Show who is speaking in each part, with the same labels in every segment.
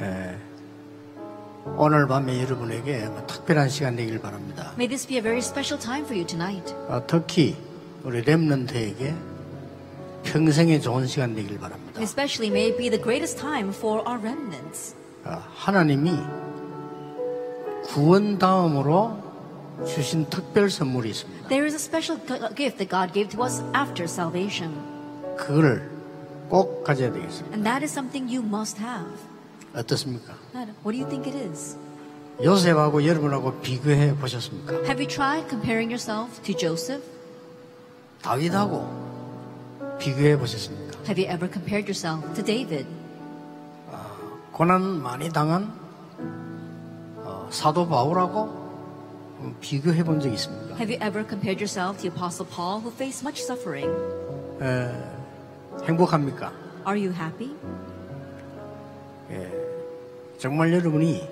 Speaker 1: 예. 오늘 밤에 여러분에게 뭐 특별한 시간 되길 바랍니다.
Speaker 2: May this be a very special time for you tonight.
Speaker 1: 어, 특히 우리 렘넌트에게 평생에 좋은 시간 되길 바랍니다.
Speaker 2: Especially may it be the greatest time for our remnants.
Speaker 1: 어, 하나님이 구원 다음으로 주신 특별 선물이 있습니다.
Speaker 2: There is a special g- gift that God gave to us after salvation,
Speaker 1: 그걸 꼭 가져야 되겠습니다.
Speaker 2: and that is something you must have.
Speaker 1: 어떻습니까?
Speaker 2: Adam, What do you think it is?
Speaker 1: 요셉하고 여러분하고 비교해 보셨습니까?
Speaker 2: Have you tried comparing yourself to Joseph?
Speaker 1: 다윗하고 비교해 보셨습니까?
Speaker 2: Have you ever compared yourself to David?
Speaker 1: 고난 많이 당한 어, 사도 바울하고 음, 비교해 본 적이 있습니다.
Speaker 2: Have you ever compared yourself to the Apostle Paul, who faced much suffering?
Speaker 1: 행복합니까?
Speaker 2: Are you happy?
Speaker 1: 정말 여러분이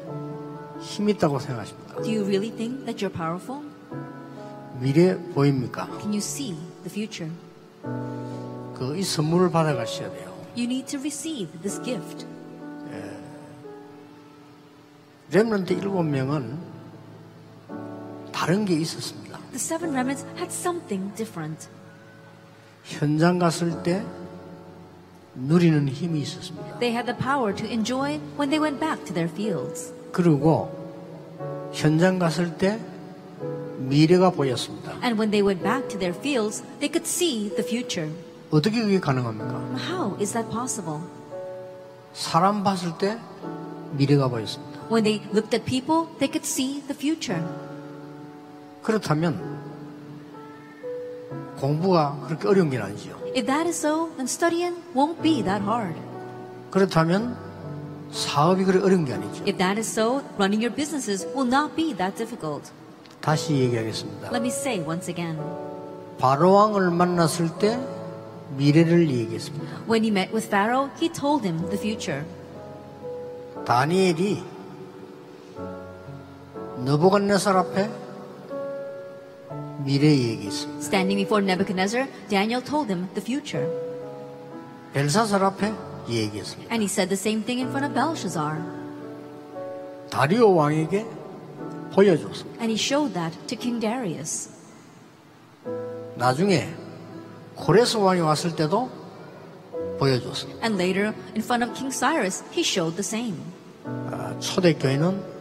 Speaker 1: 힘 있다고 생각하십니까?
Speaker 2: Do you really think that you're powerful?
Speaker 1: 미래 보입니까?
Speaker 2: Can you see the future?
Speaker 1: 그 이 선물을 받아가셔야 돼요.
Speaker 2: You need to receive this gift.
Speaker 1: 렘런트 일곱 명은 다른 게 있었습니다.
Speaker 2: The seven remnants had something different.
Speaker 1: 현장 갔을 때 누리는 힘이 있었습니다.
Speaker 2: They had the power to enjoy when they went back to their fields.
Speaker 1: 그리고 현장 갔을 때 미래가 보였습니다.
Speaker 2: And when they went back to their fields, they could see the future.
Speaker 1: 어떻게 그게 가능합니까?
Speaker 2: How is that possible?
Speaker 1: 사람 봤을 때 미래가 보였습니다.
Speaker 2: When they looked at people, they could see the future.
Speaker 1: 그렇다면 공부가 그렇게 어려운 게 아니죠.
Speaker 2: If that is so, then studying won't be that hard.
Speaker 1: 그렇다면 사업이 그리 어려운 게 아니죠.
Speaker 2: If that is so, running your businesses will not be that difficult.
Speaker 1: 다시 얘기하겠습니다.
Speaker 2: Let me say once again.
Speaker 1: 바로왕을 만났을 때 미래를 얘기했습니다.
Speaker 2: When he met with Pharaoh, he told him the future.
Speaker 1: 다니엘이 너부갓네살 앞에 미래 얘기했습니다.
Speaker 2: Standing before Nebuchadnezzar, Daniel told him the future.
Speaker 1: 벨사살 앞에 얘기했습니다.
Speaker 2: And he said the same thing in front of Belshazzar.
Speaker 1: 다리오 왕에게 보여줬습니다.
Speaker 2: And he showed that to King Darius.
Speaker 1: 나중에 고레스 왕이 왔을 때도 보여줬습니다.
Speaker 2: And later, in front of King Cyrus, he showed the same.
Speaker 1: 아, 초대교회는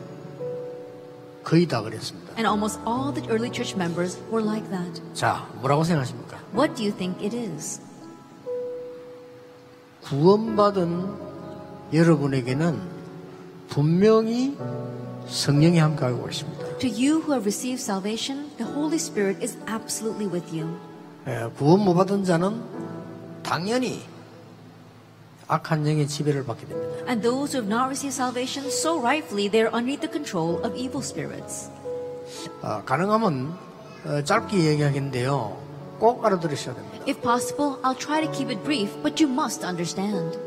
Speaker 1: 거의 다 그랬습니다.
Speaker 2: And almost all the early church members were like that.
Speaker 1: 자, 뭐라고 생각하십니까?
Speaker 2: What do you think it is?
Speaker 1: 구원받은 여러분에게는 분명히 성령이 함께하고 계십니다.
Speaker 2: To you who have received salvation, the Holy Spirit is absolutely with you.
Speaker 1: 예, 구원 못 받은 자는 당연히 악한 영의 지배를 받게 됩니다.
Speaker 2: And those who have not received salvation, so rightfully they are underneath the control of evil spirits.
Speaker 1: 아, 가능하면 어, 짧게 얘기하겠는데요. 꼭 알아들으셔야 됩니다.
Speaker 2: If possible, I'll try to keep it brief, but you must understand.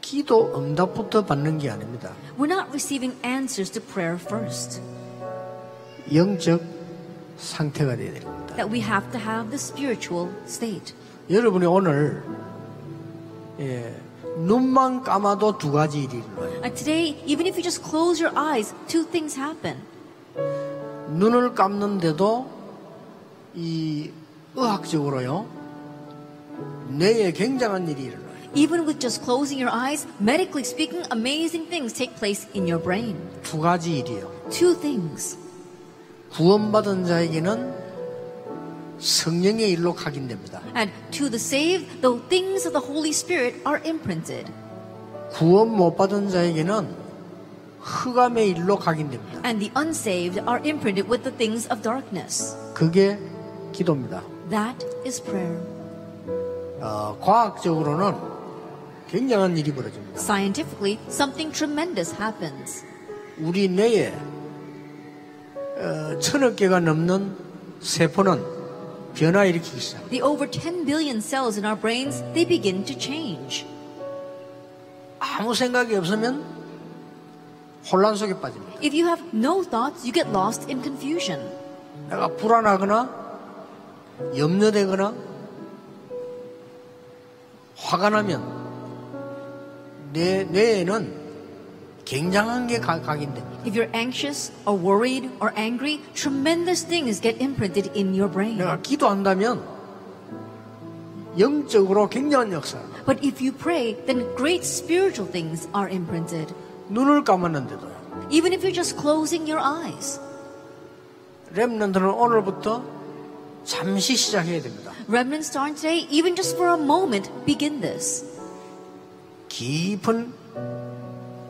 Speaker 1: 기도 응답부터 받는 게 아닙니다.
Speaker 2: We're not receiving answers to prayer first,
Speaker 1: 영적 상태가 되어야 됩니다.
Speaker 2: that we have to have the spiritual state.
Speaker 1: 여러분이 오늘 예, 눈만 감아도 두 가지 일이 일어나요.
Speaker 2: And today, even if you just close your eyes, two things happen.
Speaker 1: 눈을 감는데도 이 의학적으로요. 뇌에 굉장한 일이 일어나요.
Speaker 2: Even with just closing your eyes, medically speaking, amazing things take place in your brain.
Speaker 1: 두 가지 일이에요.
Speaker 2: Two things.
Speaker 1: 구원받은 자에게는 성령의 일로 각인됩니다.
Speaker 2: And to the saved, the things of the Holy Spirit are imprinted.
Speaker 1: 구원 못 받은 자에게는 흑암의 일로 각인됩니다.
Speaker 2: And the unsaved are imprinted with the things of darkness.
Speaker 1: 그게 기도입니다.
Speaker 2: That is prayer.
Speaker 1: 어, 과학적으로는 굉장한 일이 벌어집니다.
Speaker 2: Scientifically, something tremendous happens.
Speaker 1: 우리 뇌에 어, 천억 개가 넘는 세포는 변화 일으키기 시작.
Speaker 2: The over 10 billion cells in our brains, they begin to change.
Speaker 1: 아무 생각이 없으면 혼란 속에 빠집니다.
Speaker 2: If you have no thoughts, you get lost in confusion.
Speaker 1: 내가 불안하거나 염려되거나 화가 나면 내 뇌에는 굉장한 게 가- 각인데
Speaker 2: If you're anxious or worried or angry, tremendous things get imprinted in your brain.
Speaker 1: 내가 기도한다면 영적으로 굉장한 역사
Speaker 2: But if you pray, then great spiritual things are imprinted.
Speaker 1: 눈을 감았는데도요
Speaker 2: Even if you're just closing your eyes,
Speaker 1: 렘넌트는 오늘부터 잠시 시작해야 됩니다.
Speaker 2: remnant starting today, even just for a moment, begin this.
Speaker 1: 깊은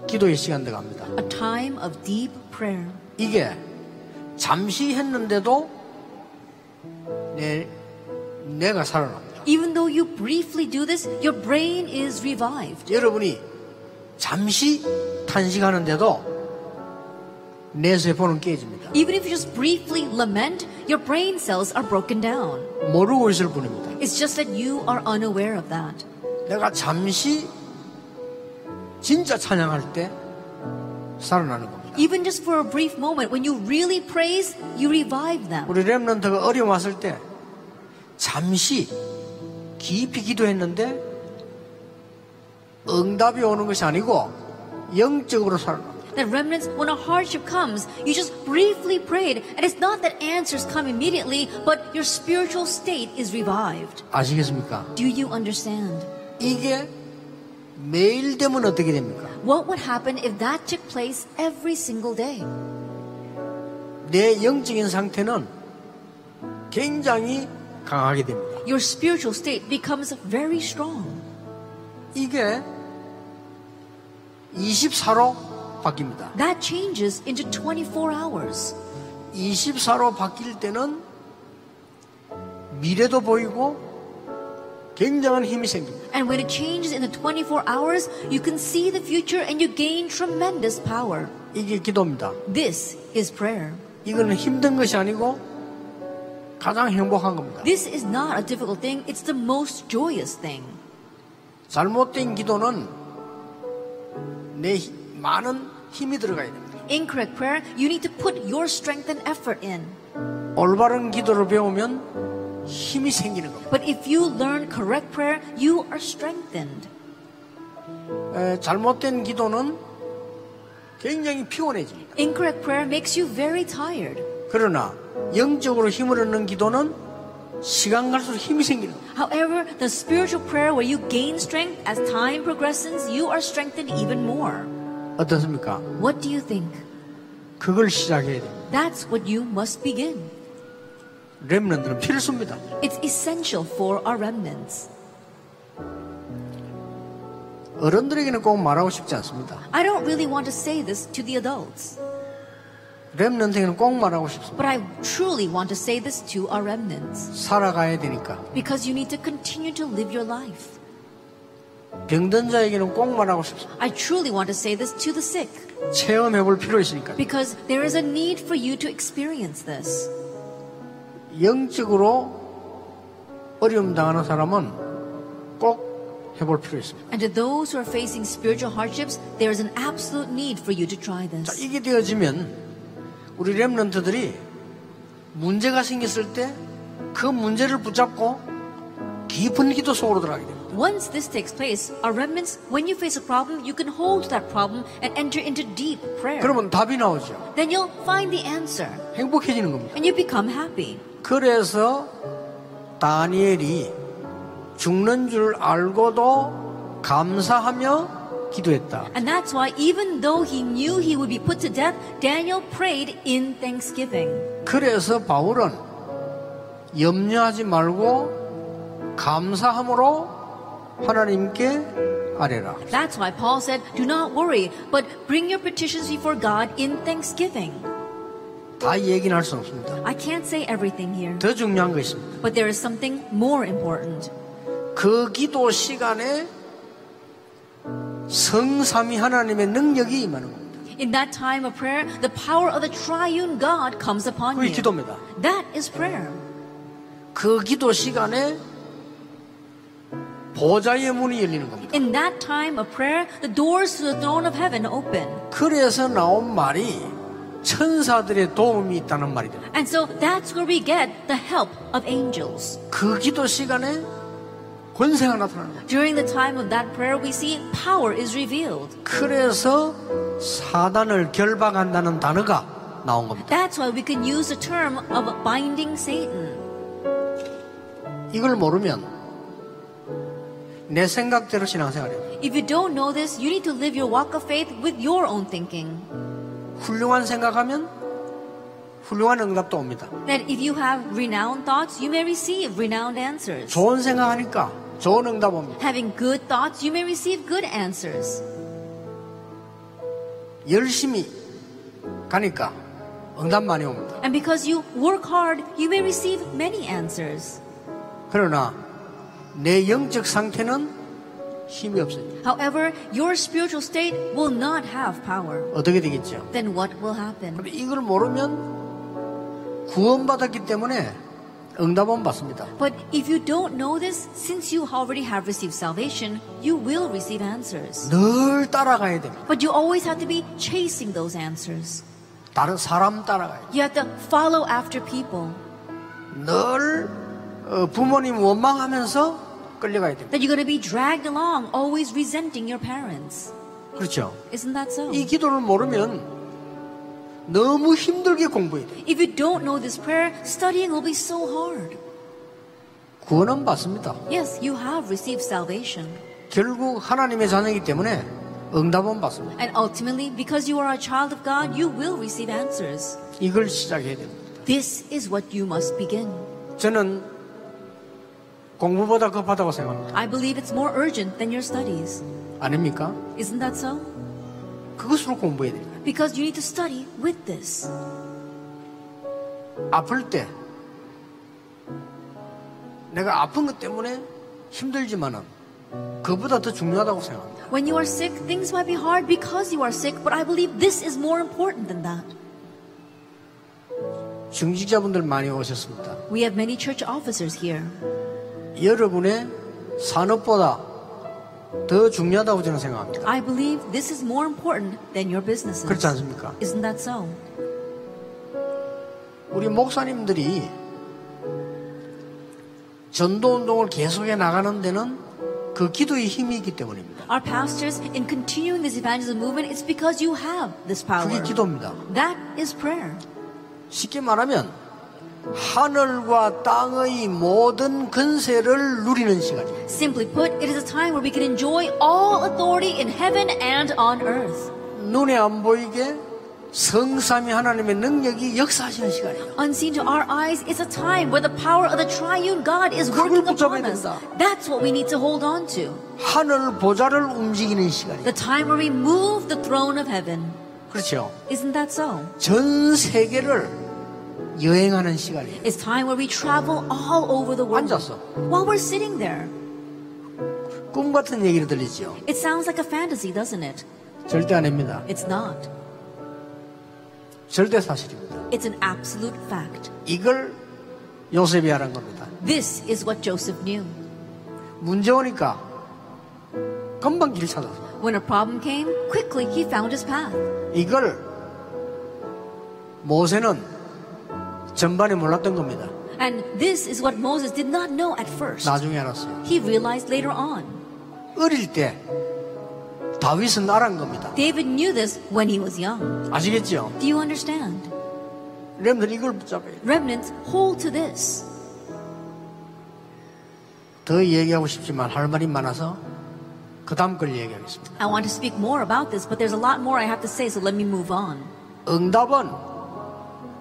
Speaker 1: 기도의 시간 들어갑니다.
Speaker 2: A time of deep prayer.
Speaker 1: 이게 잠시 했는데도 내, 내가 살아납니다.
Speaker 2: Even though you briefly do this, your brain is revived.
Speaker 1: 여러분이 잠시 탄식하는데도 내 세포는 깨집니다.
Speaker 2: Even if you just briefly lament, your brain cells are broken down.
Speaker 1: 모르고 있을 뿐입니다.
Speaker 2: It's just that you are unaware of that.
Speaker 1: 내가 잠시 진짜 찬양할 때 살아나는 겁니다.
Speaker 2: Even just for a brief moment, when you really praise, you revive them.
Speaker 1: 우리 렘넌트가 어려움 왔을 때 잠시 깊이 기도했는데 응답이 오는 것이 아니고 영적으로 살아.
Speaker 2: That remnants, when a hardship comes, you just briefly prayed, and it's not that answers come immediately, but your spiritual state is revived.
Speaker 1: 아시겠습니까?
Speaker 2: Do you understand?
Speaker 1: 이게 매일 되면 어떻게 됩니까?
Speaker 2: What would happen if that took place every single day?
Speaker 1: 내 영적인 상태는 굉장히 강하게 됩니다.
Speaker 2: Your spiritual state becomes very strong.
Speaker 1: 이게 24로 바뀝니다.
Speaker 2: That changes into 24 hours.
Speaker 1: 24로 바뀔 때는 미래도 보이고 굉장한 힘이 생깁니다.
Speaker 2: And when it changes in the 24 hours, you can see the future and you gain tremendous power.
Speaker 1: 이게 기도입니다.
Speaker 2: This is prayer.
Speaker 1: 이거는 힘든 것이 아니고 가장 행복한 겁니다.
Speaker 2: This is not a difficult thing, it's the most joyous thing.
Speaker 1: 잘못된 기도는 내 히- 많은 힘이 들어가야 됩니다.
Speaker 2: Incorrect prayer, you need to put your strength and effort in.
Speaker 1: 올바른 기도를 배우면 힘이 생기는 겁니다.
Speaker 2: But if you learn correct prayer, you are strengthened.
Speaker 1: 에, 잘못된 기도는 굉장히 피곤해집니다.
Speaker 2: Incorrect prayer makes you very tired.
Speaker 1: 그러나 영적으로 힘을 얻는 기도는 시간 갈수록 힘이 생기는 겁니다.
Speaker 2: However, the spiritual prayer where you gain strength as time progresses, you are strengthened even more.
Speaker 1: 어떻습니까?
Speaker 2: What do you think?
Speaker 1: 그걸 시작해야 됩니다.
Speaker 2: That's what you must begin.
Speaker 1: 렘런들은 필수입니다.
Speaker 2: It's essential for our remnants.
Speaker 1: 어른들에게는 꼭 말하고 싶지 않습니다.
Speaker 2: I don't really want to say this to the adults,
Speaker 1: 렘런들에게는 꼭 말하고 싶습니다.
Speaker 2: but I truly want to say this to our remnants
Speaker 1: 살아가야 되니까
Speaker 2: because you need to continue to live your life.
Speaker 1: 병든 자에게는 꼭 말하고 싶습니다.
Speaker 2: I truly want to say this to the sick
Speaker 1: 체험해 볼 필요 있으니까
Speaker 2: because there is a need for you to experience this.
Speaker 1: 영적으로 어려움 당하는 사람은 꼭 해볼 필요 있습니다.
Speaker 2: And to those who are facing spiritual hardships, there is an absolute need for you to try
Speaker 1: 자,
Speaker 2: this.
Speaker 1: 이게 되어지면 우리 렘런트들이 문제가 생겼을 때 그 문제를 붙잡고 깊은 기도 속으로 들어가게 됩니다.
Speaker 2: Once this takes place, our remnants, when you face a problem, you can hold that problem and enter into deep prayer.
Speaker 1: 그러면 답이 나오죠.
Speaker 2: Then you'll find the answer
Speaker 1: 행복해지는 겁니다.
Speaker 2: and you become happy.
Speaker 1: 그래서 다니엘이 죽는 줄 알고도 감사하며 기도했다.
Speaker 2: And that's why, even though he knew he would be put to death, Daniel prayed in thanksgiving.
Speaker 1: 그래서 바울은 염려하지 말고 감사함으로 하나님께 아뢰라.
Speaker 2: That's why Paul said, Do not worry, but bring your petitions before God in thanksgiving.
Speaker 1: 다 얘기는 할 수 없습니다.
Speaker 2: I can't say everything here,
Speaker 1: 더 중요한 거 있습니다.
Speaker 2: but there is something more important.
Speaker 1: 그 기도 시간에 성삼위 하나님의 능력이 임하는 겁니다.
Speaker 2: In that time of prayer, the power of the triune God comes upon
Speaker 1: 그게
Speaker 2: you.
Speaker 1: 기도입니다.
Speaker 2: That is prayer.
Speaker 1: 그 기도 시간에 보좌의 문이 열리는 겁니다.
Speaker 2: In that time of prayer, the doors to the throne of heaven open.
Speaker 1: 그래서 나온 말이 천사들의 도움이 있다는 말이 됩니다.
Speaker 2: And so that's where we get the help of angels.
Speaker 1: 그 기도 시간에 그 권세가 나타나는 거예요.
Speaker 2: During the time of that prayer, we see power is revealed.
Speaker 1: 그래서 사단을 결박한다는 단어가 나온 겁니다.
Speaker 2: That's why we can use the term of binding Satan.
Speaker 1: 이걸 모르면 내 생각대로 신앙생활이에요.
Speaker 2: If you don't know this, you need to live your walk of faith with your own thinking.
Speaker 1: 훌륭한 생각하면 훌륭한 응답도 옵니다.
Speaker 2: That if you have renowned thoughts, you may receive renowned answers.
Speaker 1: 좋은 생각하니까 좋은 응답 옵니다.
Speaker 2: Having good thoughts, you may receive good answers.
Speaker 1: 열심히 가니까 응답 많이 옵니다.
Speaker 2: And because you work hard, you may receive many answers.
Speaker 1: 그러나 내 영적 상태는 힘이 없어요.
Speaker 2: However, your spiritual state will not have power.
Speaker 1: 어떻게 되겠죠?
Speaker 2: Then what will happen?
Speaker 1: 근데 이걸 모르면 구원받았기 때문에 응답은 받습니다.
Speaker 2: But if you don't know this, since you already have received salvation, you will receive answers.
Speaker 1: 늘 따라가야 됩니다.
Speaker 2: But you always have to be chasing those answers.
Speaker 1: 다른 사람 따라가야
Speaker 2: You have to follow after people.
Speaker 1: 돼요. 늘 어, 부모님 원망하면서 끌려가야 됩니다.
Speaker 2: That you're going to be dragged along, always resenting your parents.
Speaker 1: 그렇죠?
Speaker 2: Isn't that so?
Speaker 1: 이 기도를 모르면 너무 힘들게 공부해야 돼요.
Speaker 2: If you don't know this prayer, studying will be so hard.
Speaker 1: 구원은 받습니다.
Speaker 2: Yes, you have received salvation.
Speaker 1: 결국 하나님의 자녀이기 때문에 응답은 받습니다.
Speaker 2: And ultimately, because you are a child of God, you will receive answers.
Speaker 1: 이걸 시작해야 됩니다.
Speaker 2: This is what you must begin.
Speaker 1: 저는 공부보다 급하다고 생각합니다.
Speaker 2: I believe it's more urgent than your studies.
Speaker 1: 아닙니까?
Speaker 2: Isn't that so?
Speaker 1: 그것으로 공부해야 됩니다.
Speaker 2: Because you need to study with this.
Speaker 1: 아플 때 내가 아픈 것 때문에 힘들지만은 그보다 더 중요하다고 생각합니다.
Speaker 2: When you are sick, things might be hard because you are sick, but I believe this is more important than that.
Speaker 1: 중직자분들 많이 오셨습니다.
Speaker 2: We have many church officers here.
Speaker 1: 여러분의 산업보다 더 중요하다고 저는 생각합니다.
Speaker 2: I believe this is more important than your businesses.
Speaker 1: 그렇지 않습니까?
Speaker 2: Isn't that so?
Speaker 1: 우리 목사님들이 전도 운동을 계속해 나가는 데는 그 기도의 힘이 있기 때문입니다.
Speaker 2: Our pastors, in continuing this evangelism movement, it's because you have this
Speaker 1: 그게
Speaker 2: power.
Speaker 1: 기도입니다.
Speaker 2: That is prayer.
Speaker 1: 쉽게 말하면 하늘과 땅의 모든 근세를 누리는 시간입니다.
Speaker 2: Simply put, it is a time where we can enjoy all authority in heaven and on earth.
Speaker 1: 눈에 안 보이게 성삼위 하나님의 능력이 역사하시는 시간이에요.
Speaker 2: Unseen to our eyes, it's a time where the power of the triune God is working
Speaker 1: 그걸 붙잡아야
Speaker 2: upon us.
Speaker 1: 된다.
Speaker 2: That's what we need to hold on to.
Speaker 1: 하늘 보좌를 움직이는 시간이에요.
Speaker 2: The time where we move the throne of heaven.
Speaker 1: 그렇죠.
Speaker 2: Isn't that so?
Speaker 1: 전 세계를 여행하는 시간이에요.
Speaker 2: It's time where we travel all over the world.
Speaker 1: 앉았어.
Speaker 2: While we're sitting there.
Speaker 1: 꿈 같은 얘기를 들리죠.
Speaker 2: It sounds like a fantasy, doesn't it?
Speaker 1: 절대 아닙니다.
Speaker 2: It's not.
Speaker 1: 절대 사실입니다.
Speaker 2: It's an absolute fact.
Speaker 1: 이걸 요셉이 하는 겁니다.
Speaker 2: This is what Joseph knew.
Speaker 1: 문제 오니까 금방 길 찾아서
Speaker 2: When a problem came, quickly he found his path.
Speaker 1: 이걸 모세는 전반에 몰랐던 겁니다.
Speaker 2: And this is what Moses did not know at first.
Speaker 1: 나중에 알았어요.
Speaker 2: He realized later on.
Speaker 1: 어릴 때 다윗은 알은 겁니다.
Speaker 2: David knew this when he was young.
Speaker 1: 아시겠죠?
Speaker 2: Do you understand?
Speaker 1: 여러분들 이걸 붙잡아요.
Speaker 2: Remnants hold to this.
Speaker 1: 더 얘기하고 싶지만 할 말이 많아서 그 다음 걸 얘기하겠습니다.
Speaker 2: I want to speak more about this, but there's a lot more I have to say, so let me move on.
Speaker 1: 응답은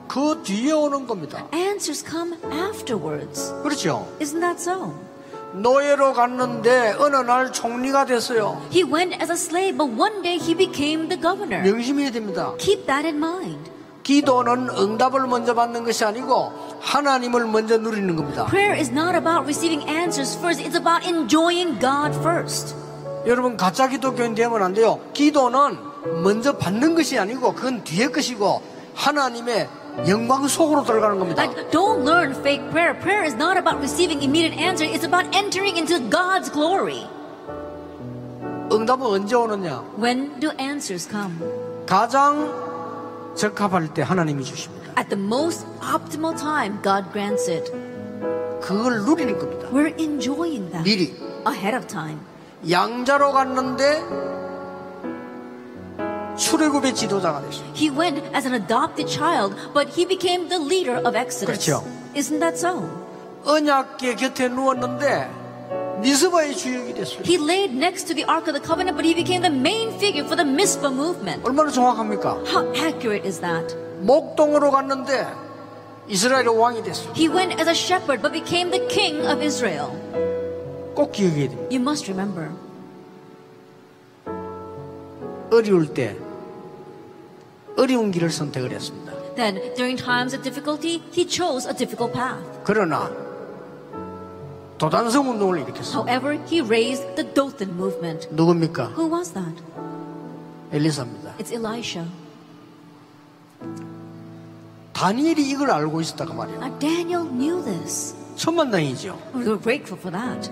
Speaker 1: 그 뒤에 오는 겁니다.
Speaker 2: Answers come afterwards.
Speaker 1: 그렇죠?
Speaker 2: Isn't that so?
Speaker 1: 노예로 갔는데 어느 날 총리가 됐어요.
Speaker 2: He went as a slave, but one day he became the governor.
Speaker 1: 명심해야 됩니다.
Speaker 2: Keep that in mind.
Speaker 1: 기도는 응답을 먼저 받는 것이 아니고 하나님을 먼저 누리는 겁니다.
Speaker 2: Prayer is not about receiving answers first, it's about enjoying God first.
Speaker 1: 여러분 가짜 기독교인 되면 안 돼요. 기도는 먼저 받는 것이 아니고 그건 뒤에 것이고 하나님의 영광 속으로 들어가는 겁니다.
Speaker 2: Like, don't learn fake prayer. Prayer is not about receiving immediate answer, it's about entering into God's glory.
Speaker 1: 응답은 언제 오느냐?
Speaker 2: When do answers come?
Speaker 1: 가장 적합할 때 하나님이 주십니다.
Speaker 2: At the most optimal time, God grants it.
Speaker 1: 그걸 누리는 겁니다.
Speaker 2: We're enjoying that.
Speaker 1: 미리
Speaker 2: ahead of time.
Speaker 1: 양자로 갔는데 출애굽의 지도자가 됐어요.
Speaker 2: He went as an adopted child, but he became the leader of Exodus.
Speaker 1: 그렇죠.
Speaker 2: Isn't that so?
Speaker 1: 언약계 곁에 누웠는데 미스바의 주역이 됐어요.
Speaker 2: He laid next to the Ark of the Covenant, but he became the main figure for the Mizpah movement.
Speaker 1: 얼마나 정확합니까?
Speaker 2: How accurate is that?
Speaker 1: 목동으로 갔는데 이스라엘의 왕이 됐어요.
Speaker 2: He went as a shepherd, but became the king of Israel.
Speaker 1: 꼭 기억해야 됩니다.
Speaker 2: You must remember,
Speaker 1: 어려울 때 어려운 길을 선택을 했습니다.
Speaker 2: that during times of difficulty, he chose a difficult path.
Speaker 1: 그러나 도단성 운동을 일으켰어요.
Speaker 2: However, he raised the Dothan movement.
Speaker 1: 누굽니까?
Speaker 2: Who was that?
Speaker 1: 엘리사입니다.
Speaker 2: It's Elisha.
Speaker 1: 다니엘이 이걸 알고 있었다고 말이에요.
Speaker 2: Now, Daniel knew this.
Speaker 1: 천만당이죠.
Speaker 2: We're grateful for that.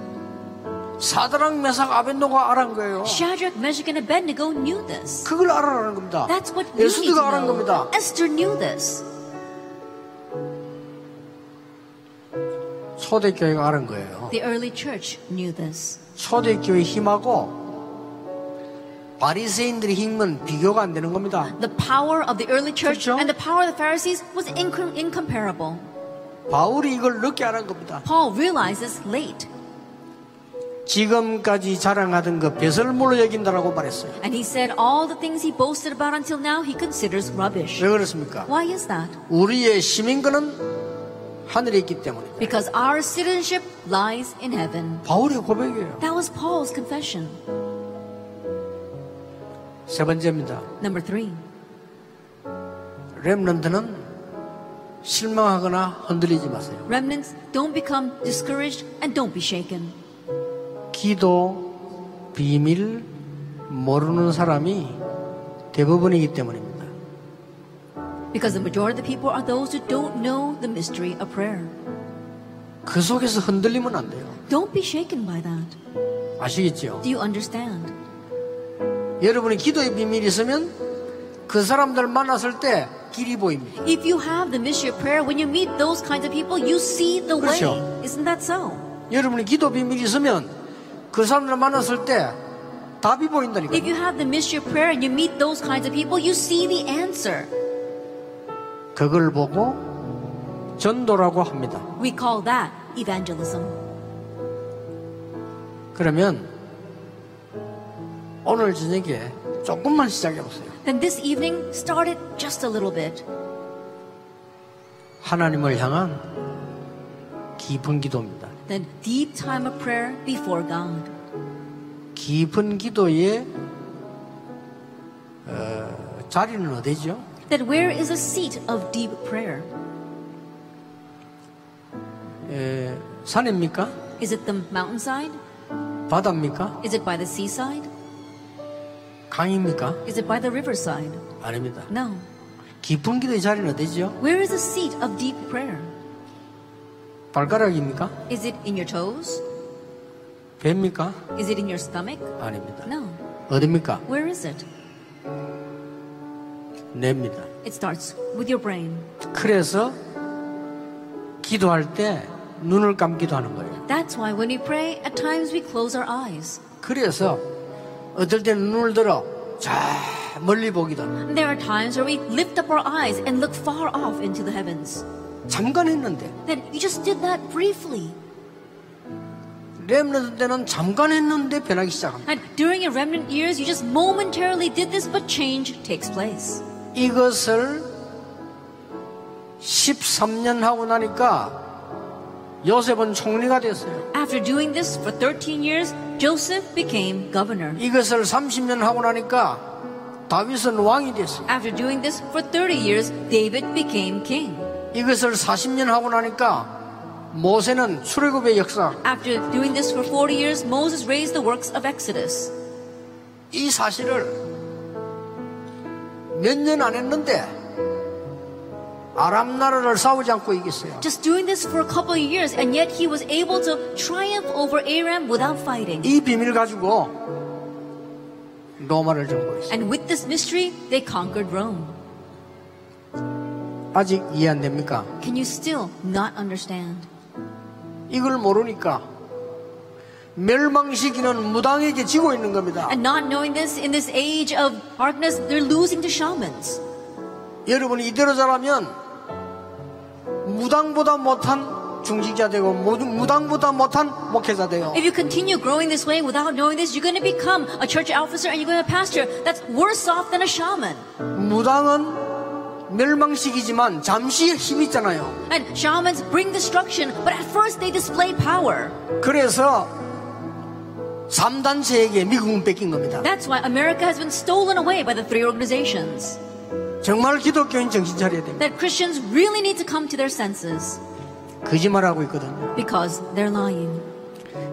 Speaker 1: 사드랑 메삭 아벤노가 알은 거예요.
Speaker 2: Shadrach, Meshach, and Abednego knew this.
Speaker 1: 그걸 알아라는 겁니다.
Speaker 2: That's what you need to
Speaker 1: 예수드가 알은
Speaker 2: know.
Speaker 1: 겁니다.
Speaker 2: Esther knew this.
Speaker 1: 초대교회가 알은 거예요.
Speaker 2: The early church knew this.
Speaker 1: 초대교회 힘하고 바리새인들의 힘은 비교가 안 되는 겁니다.
Speaker 2: The power of the early church
Speaker 1: 그렇죠.
Speaker 2: and the power of the Pharisees was incom- incomparable.
Speaker 1: 바울이 이걸 늦게 알은 겁니다.
Speaker 2: Paul realizes late,
Speaker 1: 지금까지 자랑하던 거 배설물로 여긴다라고 말했어요.
Speaker 2: and he said all the things he boasted about until now he considers rubbish.
Speaker 1: 왜 그렇습니까?
Speaker 2: Why is that?
Speaker 1: 우리의 시민권은 하늘에 있기 때문에.
Speaker 2: Because our citizenship lies in heaven.
Speaker 1: 바울의 고백이에요.
Speaker 2: That was Paul's confession.
Speaker 1: 세 번째입니다.
Speaker 2: Number three,
Speaker 1: 렘런트는 실망하거나 흔들리지 마세요.
Speaker 2: remnants don't become discouraged and don't be shaken.
Speaker 1: 기도, 비밀, 모르는 사람이 대부분이기 때문입니다.
Speaker 2: Because the majority of the people are those who don't know the mystery of prayer.
Speaker 1: 그 속에서 흔들리면 안 돼요.
Speaker 2: Don't be shaken by that.
Speaker 1: 아시겠죠?
Speaker 2: Do you understand?
Speaker 1: 여러분이 기도의 비밀이 있으면 그 사람들 만났을 때 길이 보입니다.
Speaker 2: If you have the mystery of prayer, when you meet those kinds of people, you see the way.
Speaker 1: 그렇죠.
Speaker 2: Isn't that so?
Speaker 1: 여러분이 기도 비밀이 있으면 그 사람들 만났을 때 답이 보인다니까요.
Speaker 2: If you have the mystery of prayer and you meet those kinds of people, you see the answer.
Speaker 1: 그걸 보고 전도라고 합니다.
Speaker 2: We call that evangelism.
Speaker 1: 그러면 오늘 저녁에 조금만 시작해 보세요.
Speaker 2: Then this evening, start it just a little bit.
Speaker 1: 하나님을 향한 깊은 기도입니다.
Speaker 2: Then deep time of prayer before God.
Speaker 1: 깊은 기도의 어, 자리는 어디죠?
Speaker 2: Then where is a seat of deep prayer?
Speaker 1: 에, 산입니까?
Speaker 2: Is it the mountainside?
Speaker 1: 바다입니까?
Speaker 2: Is it by the seaside?
Speaker 1: 강입니까?
Speaker 2: Is it by the riverside?
Speaker 1: 아닙니다.
Speaker 2: No.
Speaker 1: 깊은 기도의 자리는 어디죠?
Speaker 2: Where is a seat of deep prayer?
Speaker 1: 발가락입니까?
Speaker 2: Is it in your toes?
Speaker 1: 배입니까?
Speaker 2: Is it in your stomach?
Speaker 1: 아닙니다.
Speaker 2: No.
Speaker 1: 어디입니까?
Speaker 2: Where is it?
Speaker 1: 뇌입니다.
Speaker 2: It starts with your brain.
Speaker 1: 그래서 기도할 때 눈을 감기도 하는 거예요.
Speaker 2: That's why when we pray, at times we close our eyes.
Speaker 1: 그래서 어떨 때는 눈을 들어 자 멀리 보기도 하고
Speaker 2: There are times where we lift up our eyes and look far off into the heavens.
Speaker 1: 잠깐 했는데
Speaker 2: Then you just did that briefly.
Speaker 1: 렘넌트 때는 잠깐 했는데 변하기 시작합니다.
Speaker 2: And during your remnant years, you just momentarily did this, but change takes place.
Speaker 1: 이것을 13년 하고 나니까 요셉은 총리가 됐어요.
Speaker 2: After doing this for 13 years, Joseph became governor.
Speaker 1: 이것을 30년 하고 나니까 다윗은 왕이 됐어요.
Speaker 2: After doing this for 30 years, David became king.
Speaker 1: 이것을 40년 하고 나니까 모세는 출애굽의 역사
Speaker 2: After doing this for 40 years, Moses raised the works of Exodus.
Speaker 1: 이 사실을 몇 년 안 했는데 아람 나라를 싸우지 않고 이겼어요.
Speaker 2: Just doing this for a couple of years, and yet he was able to triumph over Aram without fighting.
Speaker 1: 이 비밀 가지고 로마를 정복했어요.
Speaker 2: And with this mystery, they conquered Rome.
Speaker 1: 아직 이해 안 됩니까?
Speaker 2: Can you still not understand?
Speaker 1: 이걸 모르니까 멸망시키는 무당에게 지고 있는 겁니다.
Speaker 2: And not knowing this, in this age of darkness, they're losing to shamans.
Speaker 1: 여러분이 이대로 자라면 무당보다 못한 중직자 되고 모- 무당보다 못한 목회자 돼요.
Speaker 2: If you continue growing this way without knowing this, you're going to become a church officer and you're going to pastor that's worse off than a shaman.
Speaker 1: 무당은 멸망식이지만 잠시 힘 있잖아요.
Speaker 2: And shamans bring destruction, but at first they display power.
Speaker 1: 그래서 3단체에게 미국은 뺏긴 겁니다.
Speaker 2: That's why America has been stolen away by the three organizations.
Speaker 1: 정말 기독교인 정신 차려야 됩니다.
Speaker 2: That Christians really need to come to their senses
Speaker 1: 거짓말하고 있거든요.
Speaker 2: because they're lying.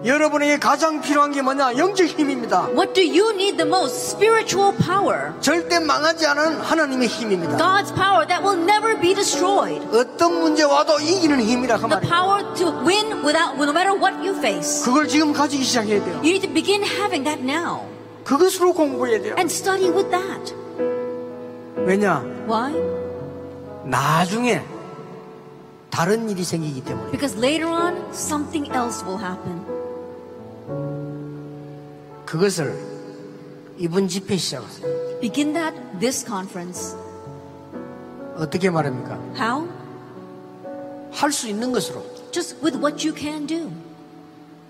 Speaker 1: 여러분에게 가장 필요한 게 뭐냐? 영적 힘입니다.
Speaker 2: What do you need the most? Spiritual power.
Speaker 1: 절대 망하지 않은 하나님의 힘입니다.
Speaker 2: God's power that will never be destroyed.
Speaker 1: 어떤 문제 와도 이기는 힘이라 그
Speaker 2: The
Speaker 1: 말이에요.
Speaker 2: power to win without, no matter what you face.
Speaker 1: 그걸 지금 가지기 시작해야 돼요.
Speaker 2: You need to begin having that now
Speaker 1: 그것으로 공부해야 돼요.
Speaker 2: and study with that.
Speaker 1: 왜냐?
Speaker 2: Why?
Speaker 1: 나중에 다른 일이 생기기 때문에
Speaker 2: Because later on, something else will happen.
Speaker 1: 그것을 이번 집회 시작하세요.
Speaker 2: Begin that this conference.
Speaker 1: 어떻게 말합니까?
Speaker 2: How?
Speaker 1: 할 수 있는 것으로
Speaker 2: Just with what you can do.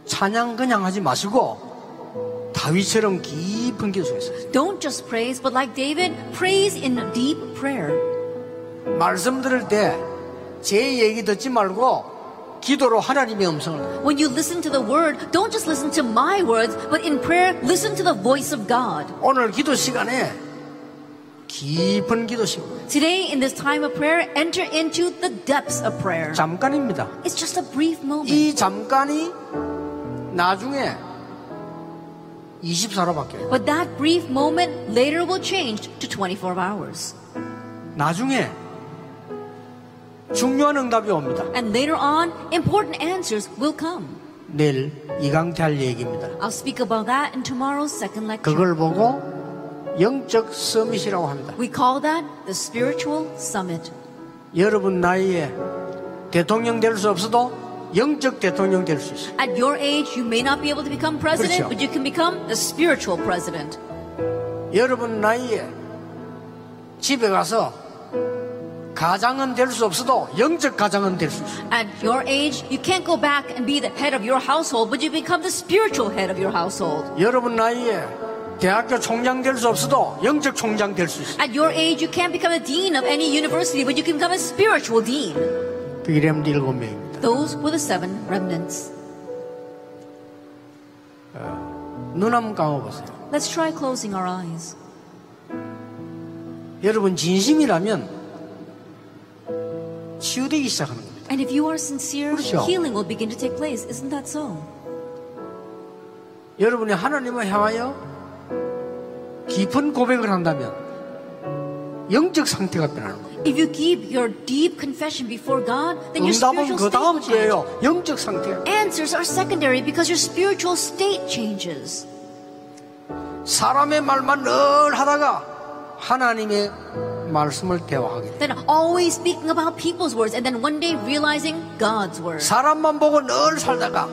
Speaker 1: 찬양 그냥 하지 마시고 다윗처럼 깊은 기도에 서세요.
Speaker 2: Don't just praise, but like David, praise in deep prayer.
Speaker 1: 말씀 들을 때 제 얘기 듣지 말고 기도로 하나님의 음성을
Speaker 2: When you listen to the word, don't just listen to my words, but in prayer, listen to the voice of God.
Speaker 1: 오늘 기도 시간에 깊은 기도 시간
Speaker 2: Today, in this time of prayer, enter into the depths of prayer.
Speaker 1: 잠깐입니다.
Speaker 2: It's just a brief moment.
Speaker 1: 이 잠깐이 나중에 24로 바뀌어요.
Speaker 2: But that brief moment later will change to 24 hours.
Speaker 1: 나중에 중요한 응답이 옵니다.
Speaker 2: And later on, important answers will come.
Speaker 1: 내일 이강태 할 얘기입니다.
Speaker 2: I'll speak about that in tomorrow's second lecture.
Speaker 1: 그걸 보고 영적 서밋이라고 합니다.
Speaker 2: We call that the spiritual summit.
Speaker 1: 여러분 나이에 대통령 될 수 없어도 영적 대통령 될 수 있어요.
Speaker 2: At your age, you may not be able to become
Speaker 1: 그렇죠.
Speaker 2: president, but you can become the spiritual president.
Speaker 1: 여러분 나이에 집에 가서 가장은 될 수 없어도 영적 가장은 될 수 있어요.
Speaker 2: At your age, you can't go back and be the head of your household, but you become the spiritual head of your household.
Speaker 1: 여러분 나이에 대학교 총장 될 수 없어도 영적 총장 될 수 있어요.
Speaker 2: At your age, you can't become a dean of any university, but you can become a spiritual dean.
Speaker 1: 그게 렘드 일곱 명입니다.
Speaker 2: Those were the seven remnants.
Speaker 1: 눈 한번 감아보세요.
Speaker 2: Let's try closing our eyes.
Speaker 1: 여러분 진심이라면 치유되기 시작하는 겁니다.
Speaker 2: And if you are sincere,
Speaker 1: 그렇죠.
Speaker 2: healing will begin to take place. Isn't that so?
Speaker 1: 여러분이 하나님을 향하여 깊은 고백을 한다면 영적 상태가 변하는 거예요.
Speaker 2: If you keep your deep confession before God, then your
Speaker 1: 응답은
Speaker 2: spiritual
Speaker 1: 그
Speaker 2: state
Speaker 1: 다음
Speaker 2: will change.
Speaker 1: 주에요. 영적 상태.
Speaker 2: Answers are secondary because your spiritual state changes.
Speaker 1: 사람의 말만 늘 하다가 하나님의 말씀을 대화하게 돼.
Speaker 2: Then always speaking about people's words and then one day realizing God's words.
Speaker 1: 사람만 보고 늘 살다가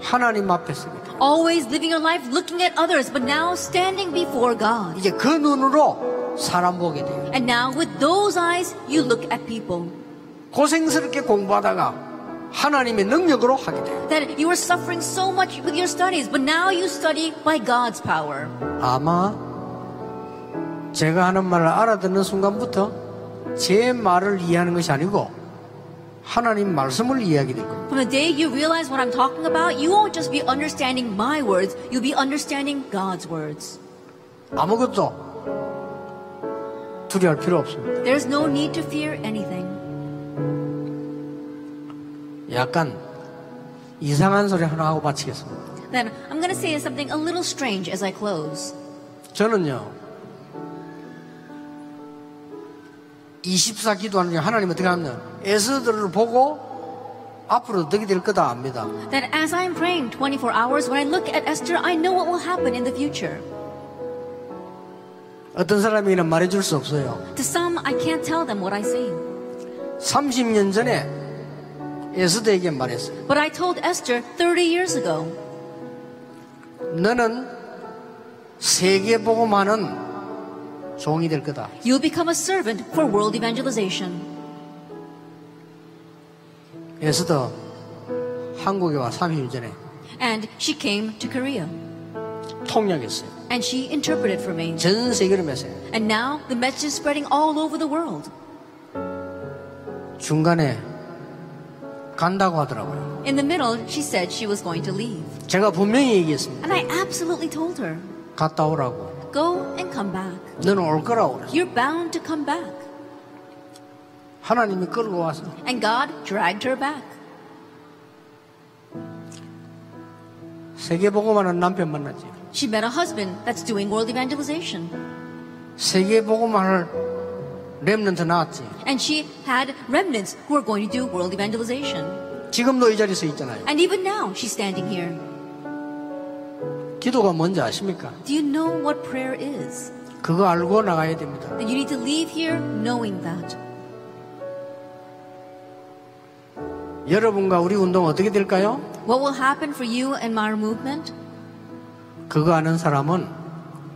Speaker 1: 하나님 앞에 서게 돼.
Speaker 2: Always living your life looking at others, but now standing before God.
Speaker 1: 이제 그 눈으로 사람 보게 돼요.
Speaker 2: And now with those eyes, you look at people.
Speaker 1: 고생스럽게 공부하다가 하나님의 능력으로 하게 돼요.
Speaker 2: That you were suffering so much with your studies, but now you study by God's power.
Speaker 1: 아마 제가 하는 말을 알아듣는 순간부터 제 말을 이해하는 것이 아니고 하나님 말씀을 이해하게 될 겁니다.
Speaker 2: From the day you realize what I'm talking about, you won't just be understanding my words, you'll be understanding God's words.
Speaker 1: 아무것도 두려울 필요 없습니다.
Speaker 2: There's no need to fear anything.
Speaker 1: 약간 이상한 소리 하나 하고 마치겠습니다.
Speaker 2: Then I'm going to say something a little strange as I close.
Speaker 1: 저는요 24 기도하는 게 하나님 어떻게 하면 에스들을 보고 앞으로 어떻게 될 거다 압니다.
Speaker 2: That as I'm praying 24 hours, when I look at Esther, I know what will happen in the future.
Speaker 1: 어떤 사람에게는 말해줄 수 없어요.
Speaker 2: To some, I can't tell them what I see.
Speaker 1: 30년 전에 에스더에게 말했어요.
Speaker 2: But I told Esther 30 years ago
Speaker 1: 너는 세계복음하는 종이 될 거다.
Speaker 2: You'll become a servant for world evangelization.
Speaker 1: 에스더 한국에 와 30년 전에
Speaker 2: And she came to Korea
Speaker 1: 통역했어요.
Speaker 2: and she interpreted for me.
Speaker 1: 전 세계를 메세요.
Speaker 2: And now the message is spreading all over the world.
Speaker 1: 중간에 간다고 하더라고요.
Speaker 2: In the middle, she said she was going to leave.
Speaker 1: 제가 분명히 얘기했습니다.
Speaker 2: And I absolutely told her,
Speaker 1: 갔다 오라고.
Speaker 2: go and come back.
Speaker 1: 너는 올 거라고. 그랬어요.
Speaker 2: You're bound to come back.
Speaker 1: 하나님이 끌고 와서
Speaker 2: And God dragged her back.
Speaker 1: 세계복음하는 남편 만났지.
Speaker 2: She met a husband that's doing world evangelization.
Speaker 1: 세계복음화를 랩런트 나왔지.
Speaker 2: And she had remnants who are going to do world evangelization.
Speaker 1: 지금도 이 자리에 서 있잖아요.
Speaker 2: And even now, she's standing here.
Speaker 1: 기도가 뭔지 아십니까?
Speaker 2: Do you know what prayer is?
Speaker 1: 그거 알고 나가야 됩니다.
Speaker 2: And you need to leave here knowing that.
Speaker 1: 여러분과 우리 운동 어떻게 될까요?
Speaker 2: What will happen for you and my movement?
Speaker 1: 그거 아는 사람은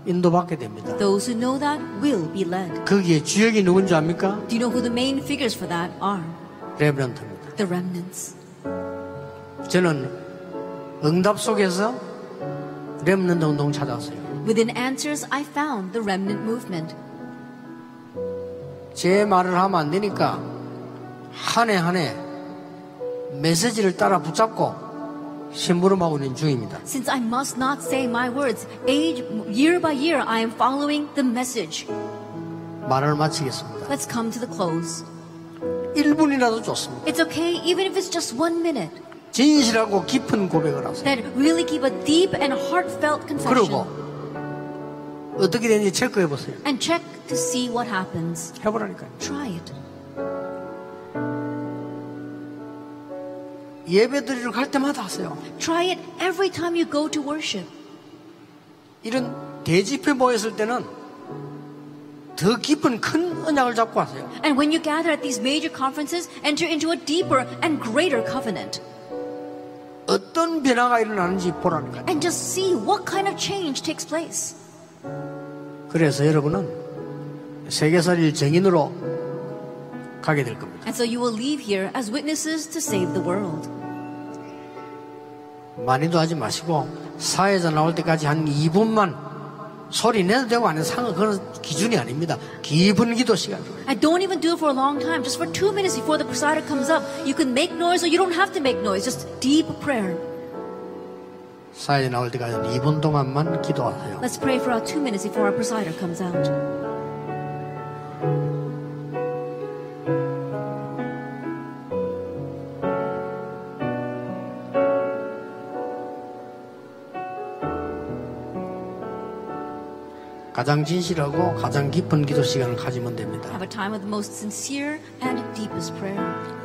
Speaker 1: 인도받게 됩니다.
Speaker 2: Those who know that will be led.
Speaker 1: 거기에 주역이 누군지 압니까?
Speaker 2: Do you know who the main figures for that are?
Speaker 1: 레브런트입니다.
Speaker 2: The remnants.
Speaker 1: 저는 응답 속에서 레브런트 운동 찾았어요.
Speaker 2: Within answers, I found the remnant movement.
Speaker 1: 제 말을 하면 안 되니까 한 해 한 해 메시지를 따라 붙잡고 심부름하고 있는 중입니다.
Speaker 2: Since I must not say my words, age, year by year, I am following the message.
Speaker 1: 말을 마치겠습니다.
Speaker 2: Let's come to the close.
Speaker 1: 1분이라도 좋습니다.
Speaker 2: It's okay, even if it's just one minute,
Speaker 1: 진실하고 깊은 고백을 하세요.
Speaker 2: that really keep a deep and heartfelt
Speaker 1: 그리고
Speaker 2: confession
Speaker 1: 어떻게 되는지 체크해 보세요.
Speaker 2: and check to see what happens.
Speaker 1: 해보라니까요.
Speaker 2: Try it.
Speaker 1: 예배 드리러 갈 때마다 하세요.
Speaker 2: Try it every time you go to worship.
Speaker 1: 이런 대집회 모였을 때는 더 깊은 큰 언약을 잡고 하세요.
Speaker 2: And when you gather at these major conferences, enter into a deeper and greater covenant.
Speaker 1: 어떤 변화가 일어나는지 보라는 거예요.
Speaker 2: And just see what kind of change takes place.
Speaker 1: 그래서 여러분은 세계사를 정인으로 가게 될 겁니다.
Speaker 2: And so you will leave here as witnesses to save the world.
Speaker 1: 많이도 하지 마시고 사회자 나올 때까지 한 2분만 소리 내도 되고 안 해도 상관 그건 기준이 아닙니다. 깊은 기도 시간.
Speaker 2: And don't even do it for a long time. Just for two minutes before the presider comes up, you can make noise or you don't have to make noise. Just deep prayer.
Speaker 1: 사회자 나올 때까지 한 2분 동안만 기도하세요.
Speaker 2: Let's pray for our two minutes before our presider comes out.
Speaker 1: 가장 진실하고 가장 깊은 기도 시간을 가지면 됩니다.
Speaker 2: Have a time of the most sincere and deepest prayer.